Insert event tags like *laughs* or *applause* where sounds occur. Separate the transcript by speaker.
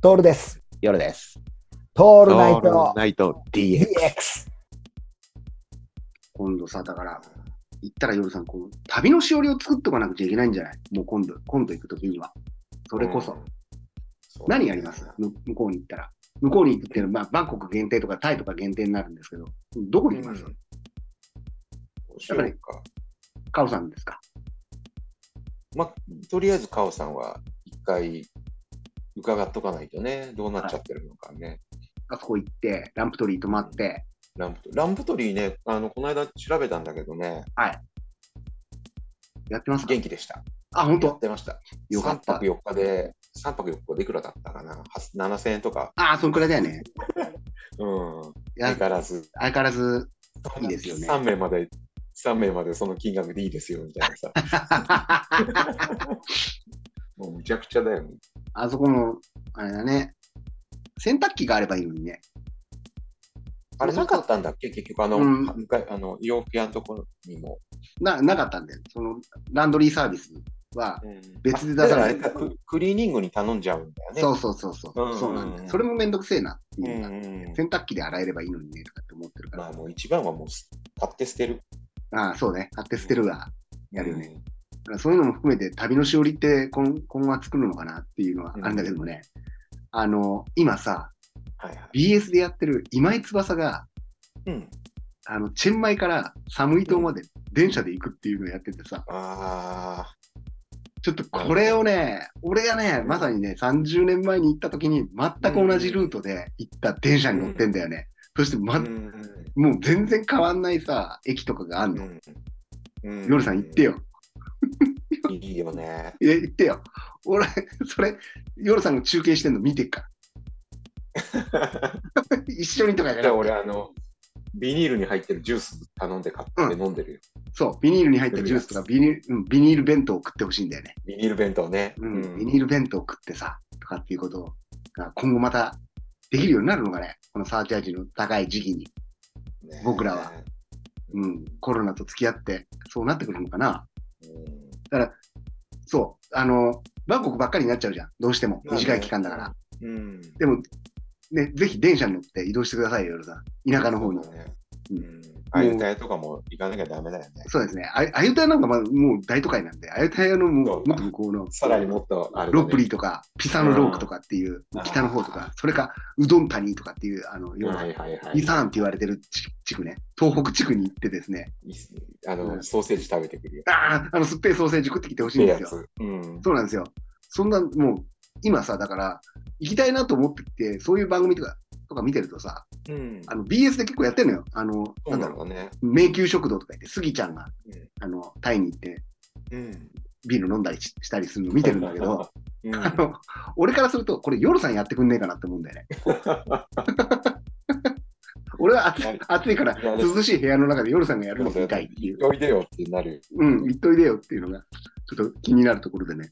Speaker 1: トールです。
Speaker 2: 夜です。
Speaker 1: ト
Speaker 2: オ
Speaker 1: ールナイト
Speaker 2: ナイト DX。
Speaker 1: DX。
Speaker 3: 今度さ、だから、行ったら夜さん、こう、旅のしおりを作っとかなくちゃいけないんじゃないもう今度、今度行くときには。それこそ。
Speaker 4: うんそう
Speaker 3: 何やりますむ向こうに行ったら。向こうに行くっていうのは、まあ、バンコク限定とかタイとか限定になるんですけど、どこに行きます、
Speaker 4: うんどうしようか。
Speaker 3: カオさんですか
Speaker 4: まあ、とりあえず、カオさんは一回伺っとかないとね、どうなっちゃってるのかね。
Speaker 3: あそこ行って、ランプトリー泊まって、
Speaker 4: ランプトランプトリーね、あのこの間調べたんだけどね、
Speaker 3: やってますか
Speaker 4: 元気でした。
Speaker 3: あ、本
Speaker 4: やっ
Speaker 3: 当
Speaker 4: てました。
Speaker 3: よかった
Speaker 4: 3泊。4日で、3泊4日でいくらだったかな、は7000円とか、
Speaker 3: あ、そんくらいだよね。
Speaker 4: うん、
Speaker 3: や
Speaker 4: 相変わらず、
Speaker 3: 相変わらず、いいですよね
Speaker 4: 3名まで、3名までその金額でいいですよみたいなさ、 *laughs* もうむちゃくちゃだよね。
Speaker 3: あそこの、あれだね。洗濯機があればいいのにね。
Speaker 4: あれなかったんだっけ、結局、あの、
Speaker 3: うん
Speaker 4: 向かいあの洋服屋のところにも。
Speaker 3: な、なかったんだよ。その、ランドリーサービスは、別で出
Speaker 4: だ
Speaker 3: さ
Speaker 4: からあ
Speaker 3: な
Speaker 4: れ
Speaker 3: い
Speaker 4: かク、クリーニングに頼んじゃうんだよね。
Speaker 3: そうそうそうそう。
Speaker 4: うんうんうん
Speaker 3: そうなんだよ。それもめんどくせえなってい
Speaker 4: うん
Speaker 3: うか、
Speaker 4: うん
Speaker 3: 洗濯機で洗えればいいのにねとかって思ってるか
Speaker 4: まあ、
Speaker 3: ら。
Speaker 4: もう一番はもうす、買って捨てる。
Speaker 3: ああ、そうね。買って捨てるが。やるよね
Speaker 4: うん。
Speaker 3: だからそういうのも含めて、旅のしおりって今今後は作るのかなっていうのはあるんだけどもね。あの、今さ、
Speaker 4: はいはい。
Speaker 3: BS でやってる今井翼が、
Speaker 4: うん。
Speaker 3: あの、チェンマイから寒い島まで電車で行くっていうのをやっててさ、
Speaker 4: あ
Speaker 3: ちょっとこれをね、俺がね、まさにね、30年前に行った時に全く同じルートで行った電車に乗ってんだよね。そして、
Speaker 4: あ。
Speaker 3: ま、
Speaker 4: ん。
Speaker 3: もう全然変わんないさ、駅とかがあんの。
Speaker 4: うん
Speaker 3: 夜さん行って。よ。
Speaker 4: いいよね。
Speaker 3: いや、行ってよ。俺、それ、夜さんが中継してんの見てっから。 *laughs* 一緒にとかじゃ
Speaker 4: だ
Speaker 3: な
Speaker 4: か
Speaker 3: くて
Speaker 4: ら俺、あの、ビニールに入ってるジュース頼んで買って飲んでるよ。
Speaker 3: そう、ビニールに入ったジュースとかビニール、うん、ビニール弁当を食ってほしいんだよね。
Speaker 4: ビニール弁当ね。
Speaker 3: うん、ビニール弁当を食ってさ、とかっていうことが今後またできるようになるのかね。このサーチャージの高い時期に。
Speaker 4: ね
Speaker 3: 僕らは。うん、コロナと付き合って、そうなってくるのかな。
Speaker 4: うん
Speaker 3: そう、あの、バンコクばっかりになっちゃうじゃん。どうしても。
Speaker 4: まあね
Speaker 3: 短い期間だから。
Speaker 4: うん。
Speaker 3: でも、ね、ぜひ電車に乗って移動してくださいよ、夜さん。田舎の方に
Speaker 4: そう。だね
Speaker 3: う
Speaker 4: うんん。あゆたえとかも行かなきゃダメだよね。
Speaker 3: そうですね。ああゆたやなんかまあもう大都会なんで、あゆたやのも
Speaker 4: そうう
Speaker 3: も
Speaker 4: か
Speaker 3: っと向こうの、
Speaker 4: さらにもっとあれだね
Speaker 3: ロップリーとか、ピサノロークとかっていう
Speaker 4: うん
Speaker 3: 北の方とか、それか、うどん谷とかっていう、あの、要
Speaker 4: は
Speaker 3: は、
Speaker 4: いはいは
Speaker 3: イ
Speaker 4: い。
Speaker 3: サーンって言われてる地地区ね、東北地区に行ってですね、
Speaker 4: いいっすねあ
Speaker 3: うん
Speaker 4: の、ソーセージ食べてくるよ。
Speaker 3: ああ、あの、すっぺいソーセージ食ってきてほしいんですよ。
Speaker 4: つ。うん。
Speaker 3: そうなんですよ。そんな、もう、今さ、だから、行きたいなと思ってきて、そういう番組とか、とか見てるとさ、
Speaker 4: うん。
Speaker 3: あの、BS で結構やってんのよ。あの、な
Speaker 4: そうん
Speaker 3: だ
Speaker 4: な
Speaker 3: ろ
Speaker 4: のね。
Speaker 3: う、迷宮食堂とか言って、スギちゃんが
Speaker 4: うん、
Speaker 3: あの、タイに行って、
Speaker 4: うん。
Speaker 3: ビール飲んだりししたりするの見てるんだけど、
Speaker 4: うん。
Speaker 3: あの、俺からすると、これ、夜さんやってくんねえかなって思うんだよね。俺は暑
Speaker 4: *laughs* いや
Speaker 3: 暑いから、
Speaker 4: いやでも
Speaker 3: 涼しい部屋の中で夜さんがやるのを見たいっていう、
Speaker 4: おいでよってなる。
Speaker 3: うん、言っといでよっていうのが、ちょっと気になるところでね。